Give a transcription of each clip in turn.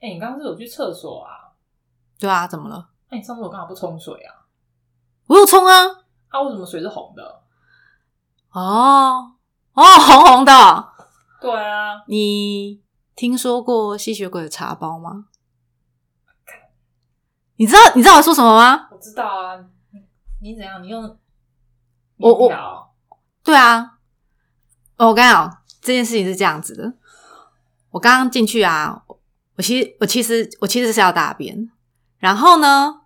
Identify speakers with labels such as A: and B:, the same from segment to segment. A: 哎、你刚刚是有去厕所啊？
B: 对啊，怎么了？
A: 那、你上次我干嘛不冲水啊？
B: 我有冲啊！
A: 啊，为什么水是红的？
B: 哦哦，红红的。
A: 对啊，
B: 你听说过吸血鬼的茶包吗？你知道你知道我说什么吗？
A: 我知道啊。你你怎样？你用
B: 我我
A: 你聊
B: 对啊，哦我跟你讲，这件事情是这样子的。我刚刚进去啊，我其实我其实我其实是要大便，然后呢，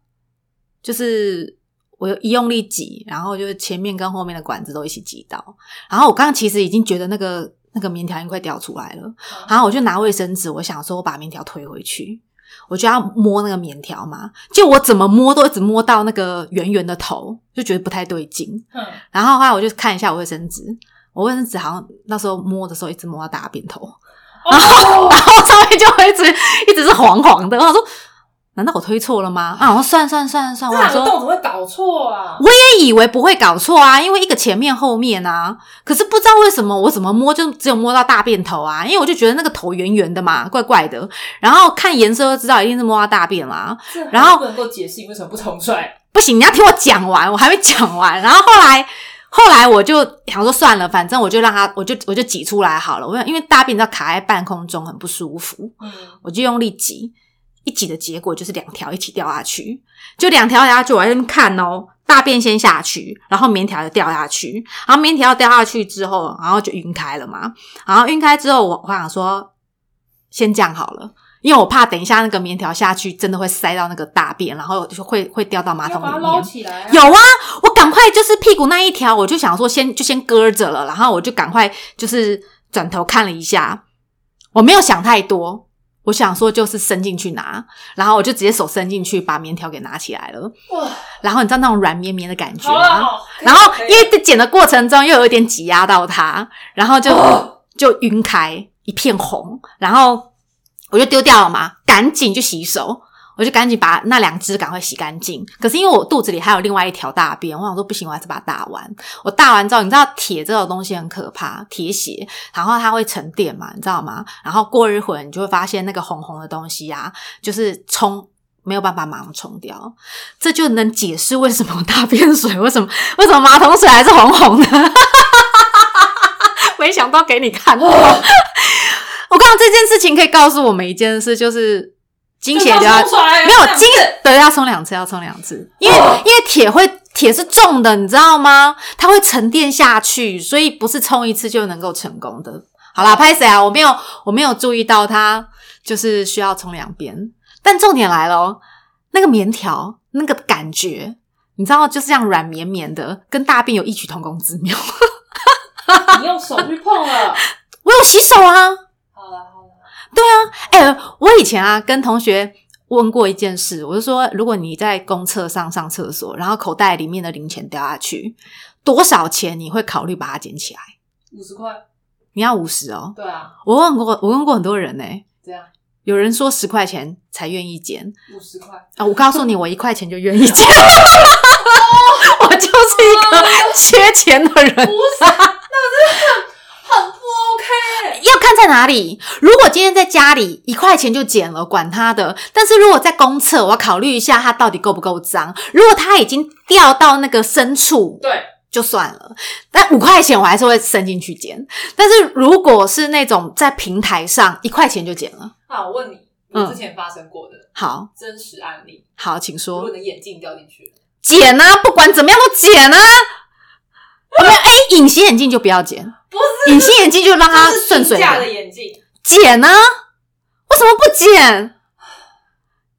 B: 就是我一用力挤，然后就是前面跟后面的管子都一起挤到，然后我刚刚其实已经觉得那个那个棉条已经快掉出来了，然后我就拿卫生纸，我想说我把棉条推回去，我就要摸那个棉条嘛，就我怎么摸都一直摸到那个圆圆的头，就觉得不太对劲。
A: 嗯，
B: 然后后来我就看一下我卫生纸，我卫生纸好像那时候摸的时候一直摸到大便头，
A: 哦，
B: 然后上面就会一直一直是黄黄的。我想说，难道我推错了吗？啊，我说算算算算，
A: 这
B: 我想
A: 两个
B: 说
A: 洞怎么会搞错啊？
B: 我也以为不会搞错啊，因为一个前面后面啊，可是不知道为什么我怎么摸就只有摸到大便头啊，因为我就觉得那个头圆圆的嘛，怪怪的，然后看颜色就知道一定是摸到大便啦、
A: 这还
B: 然后
A: 不能够解释你为什么不冲水。
B: 不行，你要听我讲完，我还没讲完。然后后来，后来我就想说算了，反正我就让它，我就我就挤出来好了。我因为大便你知道卡在半空中很不舒服，
A: 嗯，
B: 我就用力挤，一挤的结果就是两条一起掉下去，就两条掉下去，我还在那边看哦。大便先下去，然后棉条就掉下去，然后棉条掉下去之后，然后就晕开了嘛。然后晕开之后，我我想说，先这样好了，因为我怕等一下那个棉条下去真的会塞到那个大便，然后就会会掉到马
A: 要
B: 桶
A: 把它
B: 里
A: 捞
B: 面。
A: 起来、啊。
B: 有啊，我赶快就是屁股那一条，我就想说先就先搁着了，然后我就赶快就是转头看了一下，我没有想太多，我想说就是伸进去拿，然后我就直接手伸进去把棉条给拿起来了，
A: 哇，
B: 然后你知道那种软绵绵的感觉
A: 好了，
B: 吗？
A: 好
B: 然后
A: 可以
B: 因为在剪的过程中又有一点挤压到它，然后就、
A: 哦
B: 就晕开一片红，然后我就丢掉了嘛，赶紧去洗手。我就赶紧把那两只赶快洗干净，可是因为我肚子里还有另外一条大便，我想说不行，我还是把它打完。我打完之后，你知道铁这种东西很可怕，铁血，然后它会沉淀嘛，你知道吗？然后过一会儿你就会发现那个红红的东西啊，就是冲没有办法马上冲掉，这就能解释为什么大便水为什么为什么马桶水还是红红的。 没想到给你看到，我告诉这件事情可以告诉我们一件事，就是经血流
A: 就
B: 到
A: 要冲出来
B: 没有
A: 这样
B: 金对，要冲两次，要冲两次，因为、
A: 哦
B: 因为铁会铁是重的，你知道吗？它会沉淀下去，所以不是冲一次就能够成功的。好啦，拍谁啊？我没有我没有注意到它就是需要冲两遍，但重点来了哦，那个棉条那个感觉，你知道就是这样软绵绵的，跟大便有异曲同工之妙。
A: 你用手去碰了。
B: 我有洗手啊，
A: 好了好了，
B: 哎、我以前啊跟同学问过一件事，我就说，如果你在公厕上上厕所，然后口袋里面的零钱掉下去，多少钱你会考虑把它捡起来？
A: 五十块，
B: 你要五十哦。
A: 对啊，
B: 我问过，我问过很多人呢、
A: 这样
B: 有人说十块钱才愿意捡
A: 五十块。
B: 啊、我告诉你，我一块钱就愿意 捡，我就是一个缺钱的人。
A: 不是，那个真的很很不 OK。
B: 要看在哪里。如果今天在家里一块钱就捡了，管他的。但是如果在公厕，我要考虑一下它到底够不够脏。如果它已经掉到那个深处，
A: 对，
B: 就算了。但五块钱我还是会伸进去捡。但是如果是那种在平台上一块钱就捡了，
A: 那啊我问你，我之前发生过的
B: 好
A: 真实案例，
B: 好，请
A: 如果
B: 说
A: 你的眼镜掉进去，
B: 捡啊，不管怎么样都捡啊。我们哎，隐形眼镜就不要捡，
A: 不是
B: 隐形眼镜就让它
A: 这是
B: 顺水
A: 低价
B: 流
A: 的眼镜，
B: 剪啊？为什么不剪？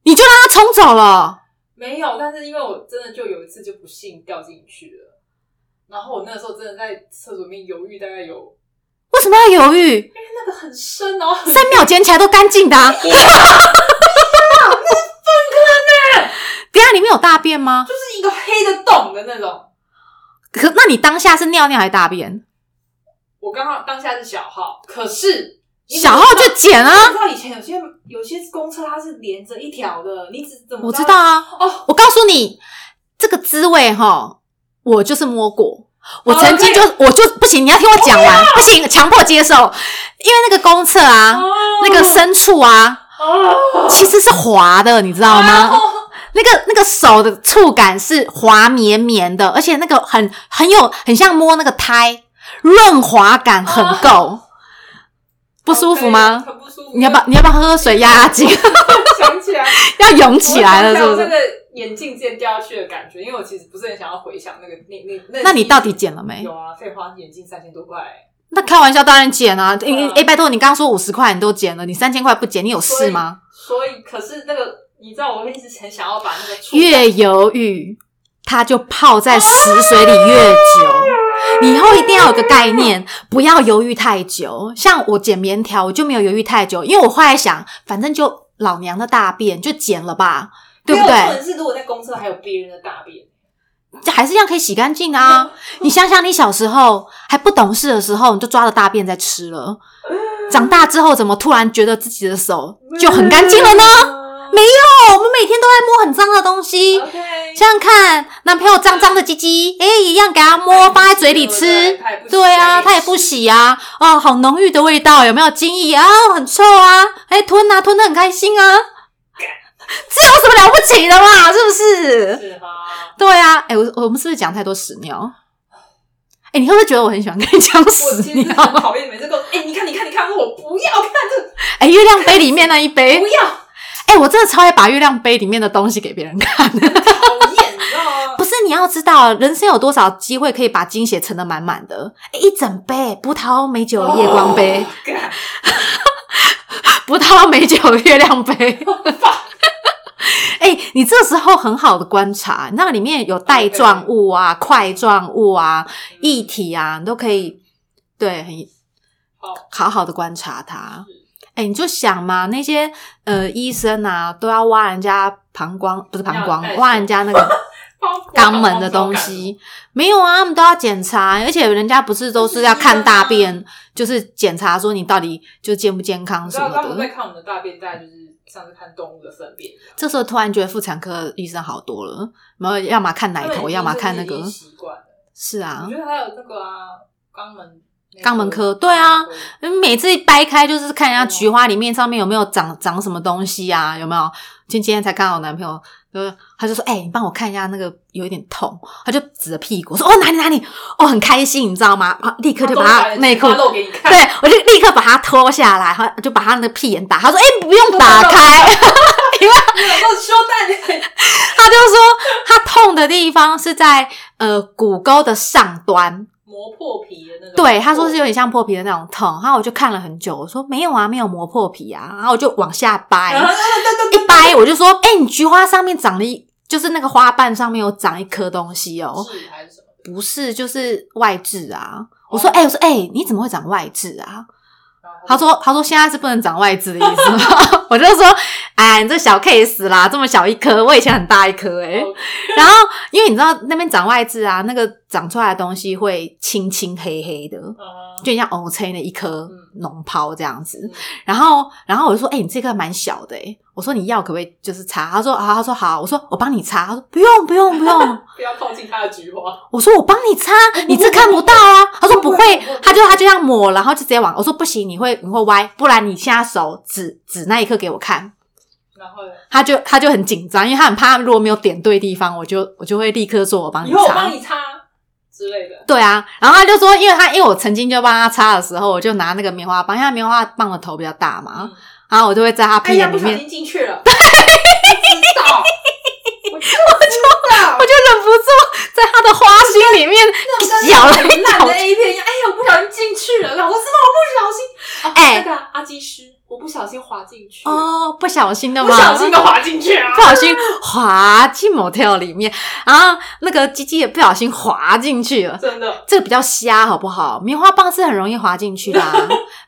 B: 你就让它冲走了？
A: 没有。但是因为我真的就有一次就不幸掉进去了，然后我那时候真的在厕所里面犹豫，大概有
B: 为什么要犹豫？
A: 那个很深，然哦 后很
B: 三秒捡起来都干净的、啊。不可能！ 等一下里面有大便吗？
A: 就是一个黑的洞的那种。
B: 可那你当下是尿尿还是大便？
A: 我刚好当下是小号，可是你
B: 小号就捡啊！
A: 你知道以前有些有些公车它是连着一条的，你只怎么
B: 我知道啊，
A: 哦，
B: 我告诉你，这个滋味哈，我就是摸过。我
A: 好
B: 曾经就我就不行，你要听我
A: 哦
B: 讲完，不行，强迫接受，因为那个公厕啊，
A: 哦
B: 那个深处啊，
A: 啊，
B: 其实是滑的，你知道吗？
A: 哦
B: 那个那个手的触感是滑绵绵的，而且那个很很有很像摸那个胎，润滑感很
A: 哦
B: 够，不舒服吗？
A: 很不舒服。
B: 你要不要你要不要喝喝水压压惊？
A: 想起来？
B: 要涌起来了是
A: 我
B: 不
A: 想起
B: 是？
A: 来我这个眼镜直接掉下去的感觉，因为我其实不是很想要回想那个那那那。
B: 那你哎到底剪了没
A: 有？啊，废话，眼镜三千多块，
B: 那开玩笑当然剪啊！哎、
A: 嗯
B: 哎，拜托你刚刚说五十块你都剪了，你三千块不剪，你有事吗？
A: 所以可是那个，你知道我一直很想要把那个触感
B: 越犹豫，它就泡在死水里越久。你以后一定要有个概 念，不要犹豫太久。像我剪棉条，我就没有犹豫太久，因为我后来想，反正就老娘的大便就剪了吧，对不
A: 没有重
B: 对？
A: 点是，如果在公厕还有别人的大便
B: 这还是一样可以洗干净啊。你想想，你小时候还不懂事的时候，你就抓着大便在吃了。长大之后，怎么突然觉得自己的手就很干净了呢？
A: 呢
B: 没有，哦我们每天都在摸很脏的东西。
A: 嗯 OK，
B: 想想看，男朋友脏脏的鸡鸡，哎、一样给他摸，放在嘴里吃。对啊，他也不。洗啊，哦，好浓郁的味道，有没有精液啊？很臭啊，哎、吞啊，吞的很开心啊， 这有什么了不起的嘛？是不是？
A: 是哈，
B: 对啊，哎、我我们是不是讲太多屎尿？哎、你会不会觉得我很喜欢跟你讲
A: 我
B: 屎
A: 其实
B: 尿？
A: 很讨厌每次跟我，哎、你看，你看，你看，我不要看这个，
B: 哎、月亮杯里面那一杯
A: 不，要，
B: 哎、我真的超爱把月亮杯里面的东西给别人看。
A: 讨厌，你知道吗？
B: 不是你要知道，人生有多少机会可以把精血盛得满满的？诶一整杯葡萄美酒夜光杯，
A: 哦干
B: 葡萄美酒月亮杯。 哎、你这时候很好的观察，那里面有带状物啊、块状物啊、液体啊，你都可以对很
A: 好
B: 好好的观察它。哎、你就想嘛，那些呃医生啊，都要挖人家膀胱，不是膀胱
A: 尿袋，
B: 挖人家那个
A: 包括
B: 肛门的东西，没有啊，他们都要检查，而且人家不是都是要看大 便，就是检查说你到底就健不健康
A: 你
B: 什
A: 知道他
B: 么
A: 们
B: 的
A: 在。看我们的大便，大概就是像是看动物的粪便一样，
B: 这时候突然觉得妇产科医生好多了，然后要么看奶
A: 他
B: 头，
A: 们已经
B: 要么看
A: 就
B: 那
A: 是已
B: 个
A: 经，习惯了。
B: 是啊
A: 我，觉得还有那个啊，肛门那个
B: 肛门科对啊
A: 肛门科
B: 每次一掰开就是看人家菊花里面上面有没有长长什么东西啊，有没有？今今天才看到我男朋友，就是他就说，哎、你帮我看一下那个有一点痛，他就指着屁股我说，哦哪里哪里，哦很开心，你知道吗？啊，立刻就把他内裤
A: 他露给你看，
B: 对，我就立刻把它脱下来，哈，就把它那个屁眼打。他说：“哎、 不用打开。
A: 没有羞蛋，”
B: 他就说他痛的地方是在呃骨沟的上端。
A: 磨破皮的那种。
B: 对，他说是有点像破皮的那种痛。然后我就看了很久，我说没有啊，没有磨破皮啊。然后我就往下掰，
A: 啊， 对对
B: 一掰我就说：“哎、你菊花上面长了一，就是那个花瓣上面有长一颗东西哦。”
A: 对，痣还是什么的？
B: 不是，就是外痔啊！我说，哎、我说，哎、你怎么会长外痔啊？
A: 然后
B: 他说：“他说现在是不能长外痔的意思吗？” 我就说：“哎，你这小 case 啦，这么小一颗，我以前很大一颗哎、
A: 哦
B: 然后因为你知道那边长外痔啊，那个长出来的东西会青青黑黑的，
A: 啊
B: 就很像 O C 的一颗
A: 嗯
B: 脓泡这样子。
A: 嗯
B: 然后，然后我就说：“哎、你这颗蛮小的哎、我说：“你要可不可以就是擦？”他说：“啊，他说好。”我说：“我帮你擦。”他说：“不用，不用，不用。
A: 不要靠近他的菊花，”
B: 我说：“我帮 你擦，你这看不到啊。”他说：“
A: 不
B: 不会
A: 会不会，
B: 他就他就这样抹，然后就直接往我说不行，你会你会歪，不然你现在手指指那一刻给我看。
A: 然后呢
B: 他就他就很紧张，因为他很怕如果没有点对地方，我就我就会立刻说我啊帮你
A: 以后我
B: 擦
A: 帮。你擦之类的。
B: 对啊，然后他就说，因为他因为我曾经就帮他擦的时候，我就拿那个棉花棒，因为他棉花棒的头比较大嘛，
A: 嗯，
B: 然后我就会在他
A: 哎
B: 屁
A: 呀，
B: 眼
A: 不
B: 啊里
A: 小
B: 面，
A: 心进去 了，我知道，我就知道
B: 我，就忍不住 在他的花心里面咬了一
A: 烂的
B: 口。
A: A 片一样。哎呀，我不小心进去了，老师我不小心，
B: 哎
A: 哎，那个阿基师，我不小心滑进去，
B: 哦，不小心的吗？
A: 不小心的滑进去啊
B: 不，小心滑进 motel 里面，然后那个鸡鸡也不小心滑进去了。
A: 真的，
B: 这个比较瞎，好不好？棉花棒是很容易滑进去的、啊，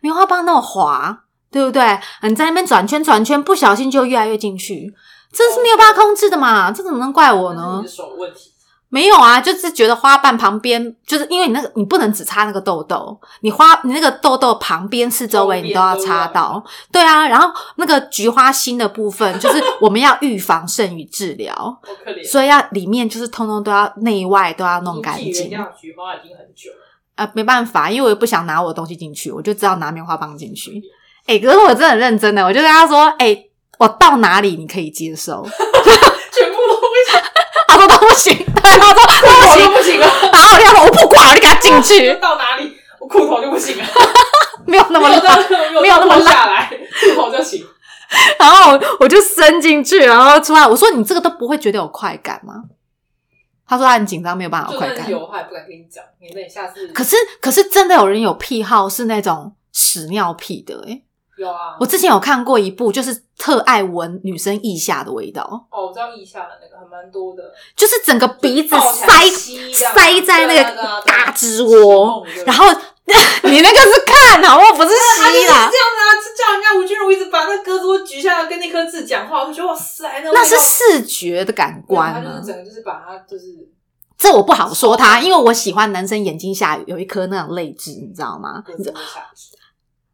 B: 棉花棒那么滑，对不对？你在那边转圈转圈，不小心就越来越进去，这是没有办法控制的嘛，这怎么能怪我
A: 那是
B: 呢
A: 你的？手问题。
B: 没有啊，就是觉得花瓣旁边，就是因为你那个你不能只擦那个痘痘，你花你那个痘痘旁边四周围你都要擦到，对啊。然后那个菊花心的 部分，就是我们要预防胜于治疗，
A: 好可怜，
B: 所以要里面就是通通都要内外都要弄干
A: 已经
B: 净呃
A: 原。谅菊花已经很久了，
B: 啊，没办法，因为我也不想拿我的东西进去，我就只好拿棉花棒进去。哎、可是我真的很认真的，我就跟他说，哎、我到哪里你可以 接受？
A: 全部都不行，
B: 他说都不行，对，他说都不
A: 我
B: 行
A: 都。不行了，
B: 然后我就说啊我不管，我就给他进
A: 就
B: 去，
A: 到哪里我裤头就不行了，
B: 没有那么
A: 没有
B: 烂。
A: 到
B: 没有那么
A: 没有到下来，裤头就行。
B: 然后我就伸进去，然后出来，我说你这个都不会觉得有快感吗？他说他很紧张，没有办法有
A: 就
B: 快
A: 算
B: 感
A: 是。有，我还不敢跟你讲，免得你下次
B: 可是可是真的有人有癖好是那种屎尿屁的、欸，
A: 有啊。
B: 我之前有看过一部，就是特爱闻女生腋下的味道，
A: 哦，我知道腋下的那个还蛮多的，
B: 就是整个鼻子
A: 抱起来
B: 塞
A: 吸这样
B: 塞在那
A: 对啊对啊
B: 个
A: 对啊
B: 嘎吱窝，
A: 对啊
B: 然后 你那个是看好不好？不是
A: 他就是
B: 吸
A: 这样
B: 啦，
A: 啊，就叫人家吴君如一直把那鸽子窝举下来跟那颗痣讲话，我觉得哇塞，那
B: 那
A: 那
B: 是视觉的感官
A: 他就
B: 啊
A: 是。整个就是把它就是
B: 这我不好说
A: 哦
B: 他，因为我喜欢男生眼睛下有一颗那种泪痣，你知道吗？
A: 鸽子窝下去，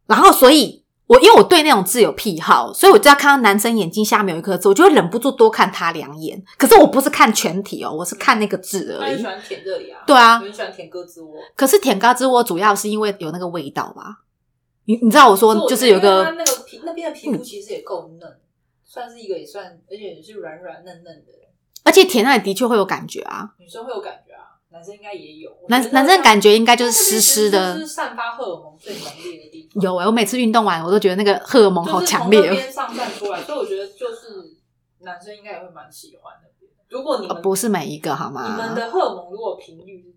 B: 然后所以。我因为我对那种痣有癖好，所以我只要看到男生眼睛下面有一颗痣，我就会忍不住多看他两眼。可是我不是看全体哦，我是看那个痣
A: 他
B: 而
A: 很
B: 已
A: 喜。欢舔这里啊，
B: 对啊，
A: 很喜欢舔鸽子窝，
B: 可是舔嘎吱窝主要是因为有那个味道吧？你你知道我说就是有一
A: 他
B: 个嗯
A: 那个皮那边的皮肤其实也够嫩，算是一个也算，而且也是软软嫩嫩的，
B: 而且舔那里的确会有感觉啊。
A: 女生会有感觉啊，男生应该也有，
B: 男
A: 我觉得
B: 男生的感觉应该就是
A: 那边
B: 湿湿
A: 其实就
B: 的
A: 是。散发荷尔蒙最强烈的地方。
B: 有诶、我每次运动完我都觉得那个荷尔蒙好强烈
A: 就是从那边
B: 哦。
A: 上散出来，所以我觉得就是男生应该也会蛮喜欢的。如果你
B: 呃
A: 们、
B: 不是每一个好
A: 你们
B: 吗？
A: 的荷尔蒙如果频率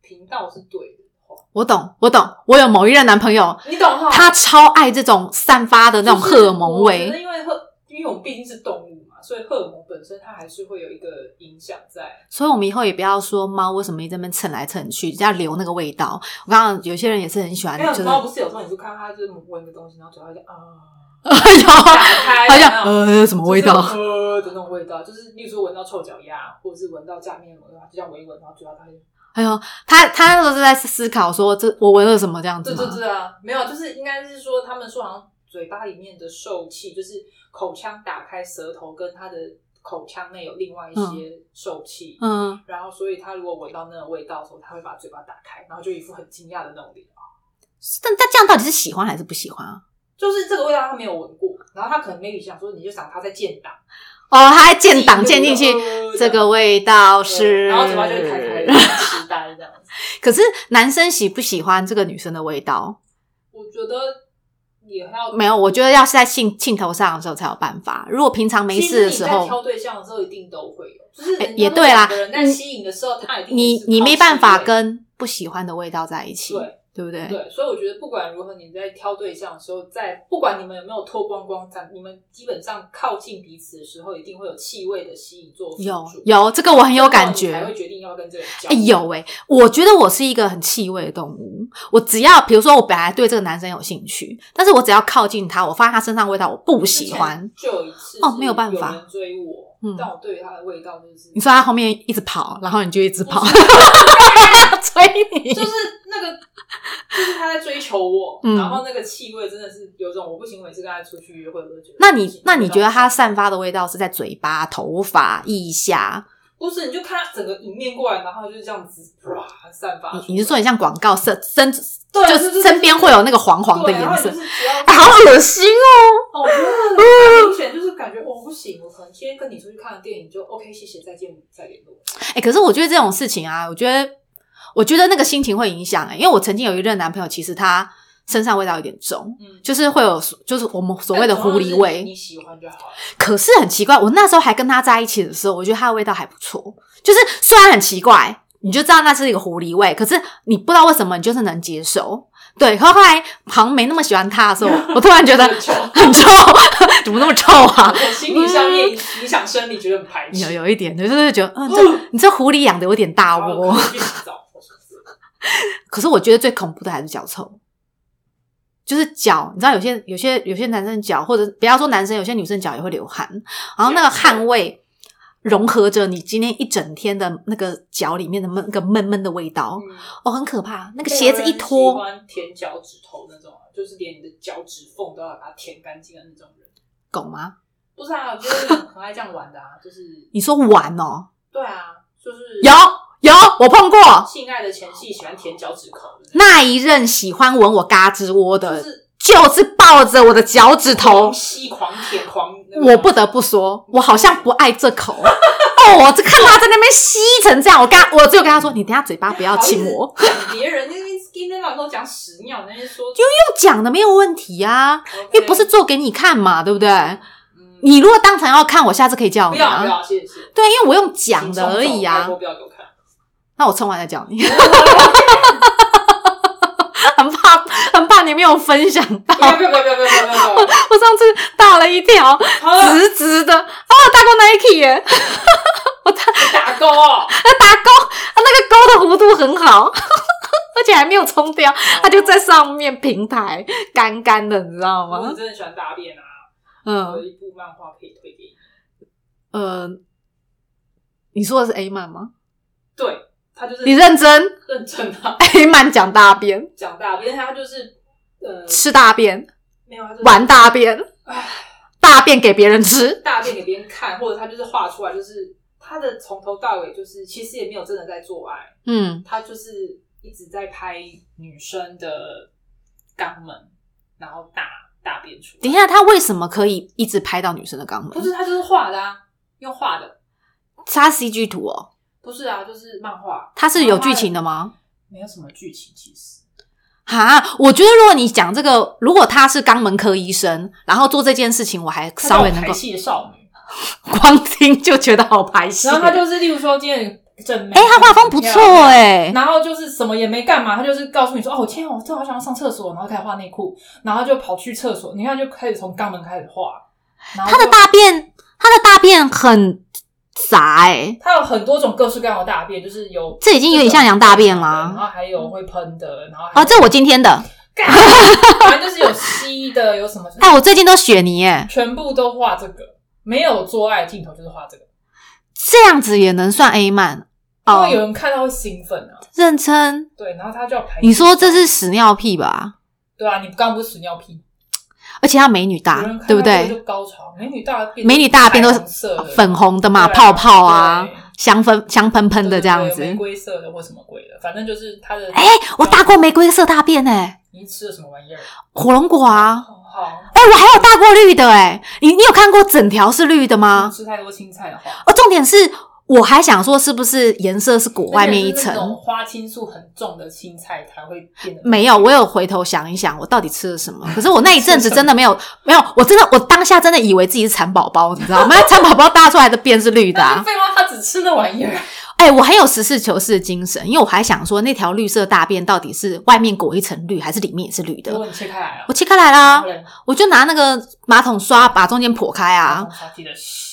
A: 频道是对的话，
B: 我懂，我懂。我有某一任男朋友，
A: 你懂哈？
B: 他超爱这种散发的那种荷尔蒙
A: 哦就是我觉
B: 味，
A: 得因为荷，因为我们毕竟是动物嘛，所以荷尔蒙本身它还是会有一个影响在。
B: 所以我们以后也不要说猫为什么一直在那边蹭来蹭去，只要留那个味道。我刚刚有些人也是很喜欢，
A: 还有
B: 啊就是
A: 猫不是有时候你就看到它就是闻个东西，然后 嘴巴就啊，
B: 哎呦，
A: 打开，
B: 好像
A: 有没有
B: 呃什么味道？
A: 就是呃的那种味道，就是例如说闻到臭脚丫，或者是闻到下面的味道，就这样闻一闻，然后嘴巴它就
B: 哎呦，他他那时候是在思考说，这我闻了什么这样子
A: 对
B: 吗？
A: 对对啊，没有，就是应该是说，他们说好像嘴巴里面的受气，就是口腔打开，舌头跟他的口腔内有另外一些受气，
B: 嗯，
A: 然后所以他如果闻到那个味道的时候，他会把嘴巴打开，然后就一副很惊讶的那种脸，
B: 但但这样到底是喜欢还是不喜欢啊？
A: 就是这个味道他没有闻过，然后他可能 maybe 想说，你就想他在建档，
B: 哦，他还建档建进去，
A: 呃
B: 这
A: 这
B: 个
A: 样
B: 味道
A: 对
B: 是，
A: 然后嘴巴就会开 开，然后痴呆这样子。
B: 可是男生喜不喜欢这个女生的味道？
A: 我觉得也还要
B: 没有，我觉得要是在兴兴头上的时候才有办法。如果平常没
A: 其实
B: 事的
A: 你
B: 时
A: 在
B: 候，
A: 挑对象的时候一定都会有，就是
B: 哎
A: 人家
B: 也
A: 那
B: 对啦
A: 两
B: 嗯
A: 个人在吸引的时候，他一定
B: 你
A: 也是
B: 你
A: 靠
B: 没办法
A: 气味
B: 跟不喜欢的味道在一起，
A: 对
B: 不对？
A: 对，所以我觉得不管如何，你在挑对象的时候，在不管你们有没有脱光光在你们基本上靠近彼此的时候，一定会有气味的吸引做辅助
B: 有，有这个我很有感觉，
A: 然后你才会决定要不要跟这个人交
B: 哎、
A: 往。
B: 有哎、我觉得我是一个很气味的动物。我只要比如说，我本来对这个男生有兴趣，但是我只要靠近他，我发现他身上味道我不
A: 我
B: 喜欢。，
A: 就有一次
B: 哦
A: 是
B: 没有办法
A: 有人追我，
B: 嗯
A: 但我对于他的味道就是
B: 你说他后面一直跑，然后你就一 直跑，
A: 不
B: 追你
A: 就。是那个，就是他在追求我，
B: 嗯
A: 然后那个气味真的是有种我不行，每次跟他出去约会我都觉得。
B: 那你那你觉得他散发的味道是在嘴巴、头发、腋下？
A: 不是？你就看他整个迎面过来，然后就是这样子哇散发出来。
B: 你你是说你像广告身身
A: 对对
B: 就是
A: 对
B: 身边会有那个黄黄的
A: 对，然
B: 颜
A: 后
B: 色
A: 你就？是只要
B: 哎，好恶心哦！
A: 哦，我 觉得很明显就是感觉我不行，我可能今天跟你出去看了电影就 OK，谢谢，再见，再联络。
B: 哎、可是我觉得这种事情啊，我觉得我觉得那个心情会影响、欸，因为我曾经有一任男朋友，其实他身上味道有点重，
A: 嗯，
B: 就是会有就是我们所谓的
A: 哎但主要
B: 狐狸
A: 是你
B: 味。
A: 你喜欢就好了。
B: 可是很奇怪，我那时候还跟他在一起的时候，我觉得他的味道还不错，就是虽然很奇怪，你就知道那是一个狐狸味，可是你不知道为什么你就是能接受。对，然后后来好像没那么喜欢他的时候，我突然觉得
A: 很臭
B: 很臭， 怎么那么臭啊？
A: 我心理上面影响生理，觉得很 排斥。
B: 有有一点，就是觉得，嗯，这你这狐狸养的有点大
A: 然后
B: 窝。
A: 可以去洗澡。
B: 可是我觉得最恐怖的还是脚臭，就是脚，你知道有些有些有些男生脚，或者不要说男生，有些女生脚也会流汗，然后那个汗味融合着你今天一整天的那个脚里面的闷那个闷闷的味道，
A: 嗯
B: 哦，很可怕。那个 鞋子一
A: 喜
B: 脱，
A: 欢舔脚趾头那种啊，就是连你的脚趾缝都要把它舔干净的那种人。
B: 狗吗？
A: 不是啊，就是很爱这样玩的啊， 就是
B: 你说玩哦，
A: 对啊，就是
B: 有有，我碰过
A: 性爱的前戏喜欢舔脚趾头的，
B: 那一任喜欢闻我嘎吱窝的
A: 就是
B: 就是抱着我的脚趾头
A: 狂，吸狂舔狂，那个
B: 呃我不得不说，我好像不爱这口。 哦，我看他在那边吸成这样，我跟他，我只有跟他说，你等一下嘴巴不要亲 我。
A: 不好意思讲别人那边今天老公讲屎尿，那边说
B: 用讲的没有问题啊， 因为不是做给你看嘛，对不对？
A: 嗯
B: 你如果当场要看，我下次可以叫
A: 不
B: 你
A: 要不
B: 啊。
A: 要，谢谢谢谢。
B: 对，因为我用讲的而已
A: 请冲走拜
B: 啊
A: 托。不要给我看。
B: 那我冲完再叫 你，很怕很怕你没有分享到。
A: 不要不要不要不要不要不要不 要！
B: 我上次打了一条
A: 好了，
B: 直直的，哦，打过 Nike 耶，
A: 打勾哦，
B: 打勾，啊那个勾的弧度很好， 而且还没有冲
A: 哦
B: 掉，它就在上面平台干干的，你知道
A: 我
B: 吗
A: 是？真的喜欢大便啊！有
B: 嗯
A: 一部漫画可以推给你，
B: 呃，你说的是 A 漫吗？
A: 对他就是
B: 你认真
A: 认真啊，
B: A 漫讲大便，
A: 讲大便，他就是呃
B: 吃大便，
A: 没有，他就是
B: 玩大便，大便给别人吃，
A: 大便给别人看，或者他就是画出来，就是他的从头到尾就是其实也没有真的在做爱，
B: 嗯。
A: 他就是一直在拍女生的肛门，然后大大便出来。
B: 等一下，他为什么可以一直拍到女生的肛
A: 不
B: 门？
A: 是他就是画的啊，用画的，
B: 他 CG 图哦，
A: 不是啊，就是漫画，
B: 他是有剧情的吗？
A: 没有什么剧情其实。
B: 哈，我觉得如果你讲这个，如果他是肛门科医生，然后做这件事情，我还稍微
A: 他
B: 能
A: 叫
B: 够
A: 排戏的少女，
B: 光听就觉得好排戏。
A: 然后他就是例如说今天正妹，
B: 哎、他画风不错
A: 哎。
B: 哎、
A: 然后就是什么也没干嘛，他就是告诉你说：“哦，天啊，我真的好想要上厕所。”然后开始画内裤，然后就跑去厕所，你看就开始从肛门开始画。然后
B: 他的
A: 就
B: 大便，他的大便很杂哎、
A: 它有很多种各式各样的大便，就是有
B: 这已经有点像羊大便
A: 然
B: 啦。
A: 后还有会喷的，然后还
B: 哦，这我今天的，
A: 干，反正就是有吸的，有什么，
B: 哎、我最近都雪泥哎、
A: 全部都画这个，没有做爱镜头就是画这个，
B: 这样子也能算 A 漫
A: 因为有
B: 哦，
A: 人看到会兴奋啊，
B: 认真。
A: 对，然后他就要排。
B: 你说这是屎尿屁吧？
A: 对啊？你刚不是屎尿屁，
B: 而且他美女大
A: 有人，看
B: 对不
A: 到这个
B: 对？
A: 就高潮，美女大便，
B: 美女大便都是
A: 是色的
B: 粉红的嘛，
A: 对
B: 泡泡啊
A: 对，
B: 香喷香喷喷的这样
A: 对对对玫
B: 子。
A: 瑰色的或什么鬼的，反正就是它的。
B: 哎、我搭过玫瑰色大便哎、
A: 你吃了什么玩意儿？
B: 火龙果啊，
A: 好好，
B: 哎、我还有搭过绿的哎、你你有看过整条是绿的吗？
A: 吃太多青菜的话，
B: 哦，重点是我还想说是不是颜色是裹外面一
A: 而且是那种
B: 层？
A: 花青素很重的青菜才会变得
B: 没有，我有回头想一想，我到底吃了什么？可是我那一阵子真的没有，没有，我真的我当下真的以为自己是蚕宝宝，你知道吗？蚕宝宝搭出来的便是绿的、
A: 那
B: 啊
A: 就。废话，他只吃那玩意儿。
B: 哎、我很有实事求是的精神，因为我还想说那条绿色大便到底是外面裹一层绿，还是里面也是绿
A: 如
B: 的？
A: 果你切开来了啊
B: 我，切开来啦、
A: 然后嘞
B: 我就拿那个马桶刷把中间剖开啊
A: 然。后他记得嘘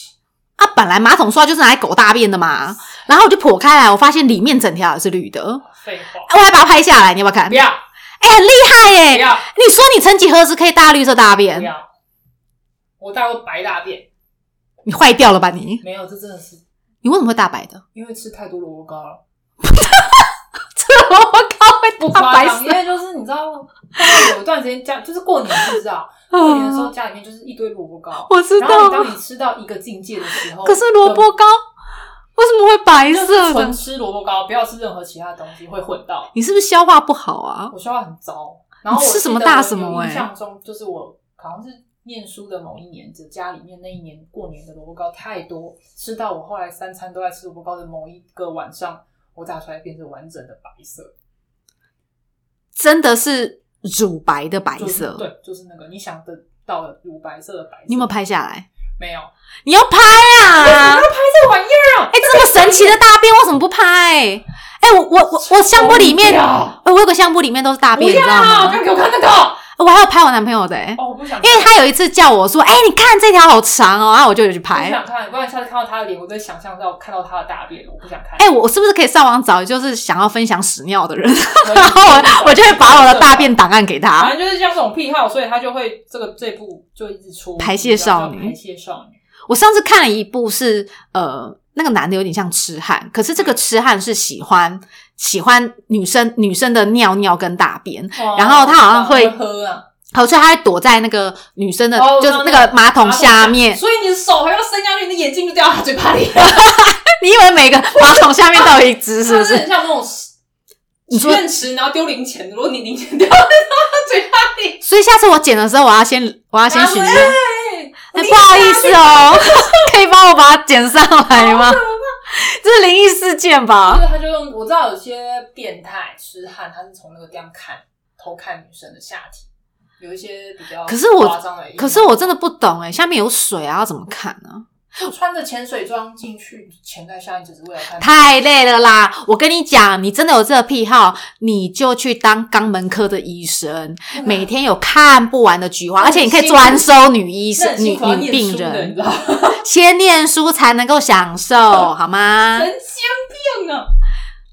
B: 啊，本来马桶刷就是拿来狗大便的嘛，然后我就剖开来，我发现里面整条也是绿的，啊
A: 废话，
B: 我还把它拍下来，你要不要看
A: 不？要
B: 哎、很厉害耶、
A: 不要
B: 你说你曾几何时可以大绿色大
A: 不
B: 便？
A: 要，我大过白大便，
B: 你坏掉了吧你？
A: 没有，这真的是
B: 你为什么会大 白的？
A: 因为吃太多萝卜糕了。
B: 这我靠，会大
A: 夸
B: 白
A: 张，
B: 死
A: 因！为就是你知道，大概有一段时间家就是过年，你知道，过年的时候家里面就是一堆萝卜糕。
B: 嗯我知
A: 然后
B: 道
A: 你，当你吃到一个境界的时候，
B: 可是萝卜糕为什么会白
A: 就是
B: 色
A: 纯
B: 的？
A: 吃萝卜糕，不要吃任何其他的东西，会混到。
B: 你是不是消化不好啊？
A: 我消化很糟，然后我
B: 你吃什么
A: 记得
B: 大什么
A: 我有
B: 欸
A: 印象中就是我好像是念书的某一年，就家里面那一年过年的萝卜糕太多，吃到我后来三餐都在吃萝卜糕的某一个晚上，我打出来变成完整的白色。
B: 真的是乳白的白
A: 就是
B: 色，
A: 对，就是那个你想得到的乳白色的白色。
B: 你有没有拍下来？
A: 没有？
B: 你要拍 啊！
A: 这玩意儿啊
B: 哎、这么神奇的大便为什么不拍？哎、我我我我相簿里面，
A: 不
B: 呃
A: 要
B: 我有个相簿里面都是大
A: 不
B: 便，你知道
A: 要，不
B: 吗呃
A: 要？给我看那个！
B: 我还有拍我男朋友的、哎
A: 哦，我不想看，
B: 因为他有一次叫我说：“哎、你看这条好长哦。”然后我就有去
A: 我不
B: 拍。
A: 想看，不然下次看到他的脸，我就想象到看到他的大便，我不想看。
B: 哎、我我是不是可以上网找，就是想要分享屎尿的人，
A: 可以，
B: 然后我我就会把我的大便
A: 打。
B: 档案给
A: 反
B: 他。
A: 正就是像这种癖好，所以他就会这个这部就一直出
B: 排泄少女
A: 叫排泄少女，
B: 我上次看了一部是呃，那个男的有点像痴汉，可是这个痴汉是喜欢喜欢女生女生的尿尿跟大便， 然后他好像会
A: 哦喝啊，
B: 好，所以他会躲在那个女生的，
A: 哦
B: 就是那个马桶下面。
A: 所以你的手还要伸下去，你的眼睛就掉到他嘴巴里，啊
B: 你以为每个马桶下面都有一只，是不
A: 它
B: 是？
A: 很像那种
B: 你
A: 许
B: 说，
A: 愿池，然后丢零钱，如果你零钱掉到他嘴巴里，
B: 所以下次我剪的时候，我要先我要先许愿。
A: 愿。
B: 哎、不好意思哦，可以帮我把它剪上 来吗？这是灵异事件吧？
A: 就是他就用，我知道有些变态痴汉，他是从那个地方看偷看女生的下体，有一些比较
B: 可是我
A: 夸张的阴谋。
B: 可是我真的不懂哎、下面有水啊，要怎么看呢、
A: 就穿着潜水装进去，潜在下面只是为了看。
B: 太累了啦！我跟你讲，你真的有这个癖好，你就去当肛门科的医 生，
A: 那个
B: 每天有看不完的菊花，
A: 那
B: 而
A: 很
B: 且你可以
A: 辛苦
B: 专收女医
A: 那
B: 生、
A: 很
B: 女
A: 辛苦要
B: 女
A: 念
B: 病
A: 书的你
B: 人
A: 知，道吗？
B: 先念书才能够享受， 好吗？
A: 神经病啊！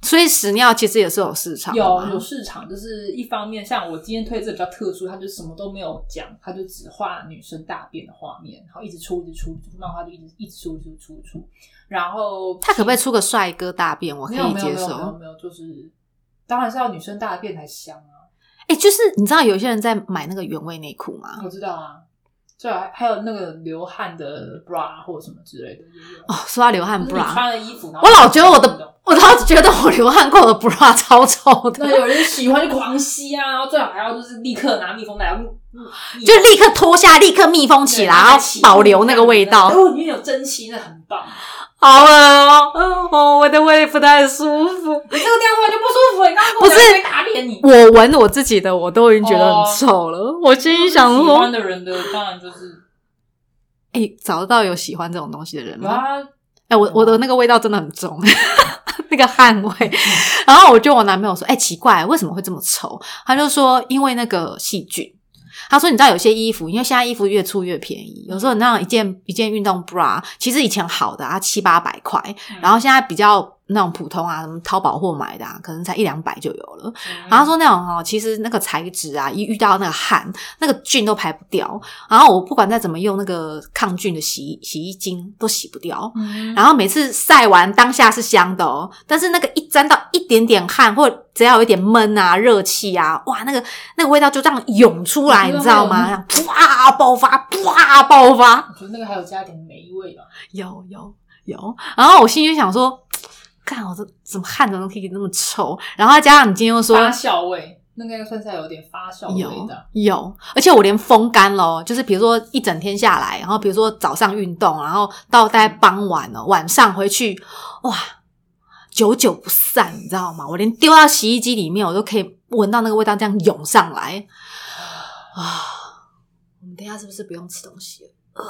B: 所以屎尿其实也是有市场的
A: 有
B: 嘛，
A: 有市场，就是一方面，像我今天推这比较特殊，他就什么都没有讲，他就只画女生大便的画面，然后一直出一直出，漫画就一直一直出一直出一直出，然后
B: 他可不可以出个帅哥大便？我可
A: 没有
B: 以
A: 没有
B: 接
A: 没有没有
B: 受。
A: 没有，就是当然是要女生大便才香啊，
B: 哎、就是你知道有些人在买那个原味内裤吗？
A: 我知道啊，最好还还有那个流汗的 bra 或者什么之类的也有，
B: 哦，说到流汗
A: 就是你
B: bra，
A: 穿了衣服，然后
B: 我老觉得我
A: 运动
B: 的，我老觉得我流汗过的 bra 超臭的，
A: 那有人喜欢就狂吸啊，然后最好还要就是立刻拿密封袋，
B: 就
A: 就
B: 立刻脱下，立刻密封起来，然后保留那个味 道。
A: 哦，里面有蒸汽，那很棒。
B: 好恶 哦、哦，我的胃不太舒服。
A: 你这个地方突然就不舒服，你刚刚跟我
B: 不是
A: 讲会打脸你。
B: 我闻我自己的，我都已经觉得很臭了。哦我心想
A: 喜
B: 说
A: 欢，的人的当然就是
B: 哎、找得到有喜欢这种东西的人吗？
A: 啊，
B: 哎、我我的那个味道真的很重，那个汗味。 然后我就我男朋友说：“哎、奇怪，为什么会这么臭？”他就说：“因为那个细菌。”他说：“你知道有些衣服，因为现在衣服越出越便宜，有时候你那样一件一件运动 bra，其实以前好的啊七八百块，
A: 嗯
B: 然后现在比较那种普通啊，什么淘宝货买的啊，可能才一两百就有了。然后他说那种哦，其实那个材质啊，一遇到那个汗，那个菌都排不掉。然后我不管再怎么用那个抗菌的洗衣洗衣精，都洗不掉。
A: 嗯，
B: 然后每次晒完当下是香的哦，但是那个一沾到一点点汗，或者只要有一点闷啊、热气啊，哇，那个那个味道就这样涌出来，
A: 我觉得
B: 你知道吗？
A: 会
B: 这
A: 有
B: 样啪爆发，啪爆发，
A: 我觉得那个还有加点霉味吧，
B: 有有有。然后我心里就想说，看我这怎么汗怎么可以那么臭？然后再加上你今天又说
A: 发酵味，那个应该算是还有点发酵的味
B: 有
A: 道。
B: 有，而且我连风干咯，就是比如说一整天下来，然后比如说早上运动，然后到大概傍晚了，晚上回去，哇，久久不散，你知道吗？我连丢到洗衣机里面，我都可以闻到那个味道这样涌上来啊！我们等一下是不是不用吃东西了？呃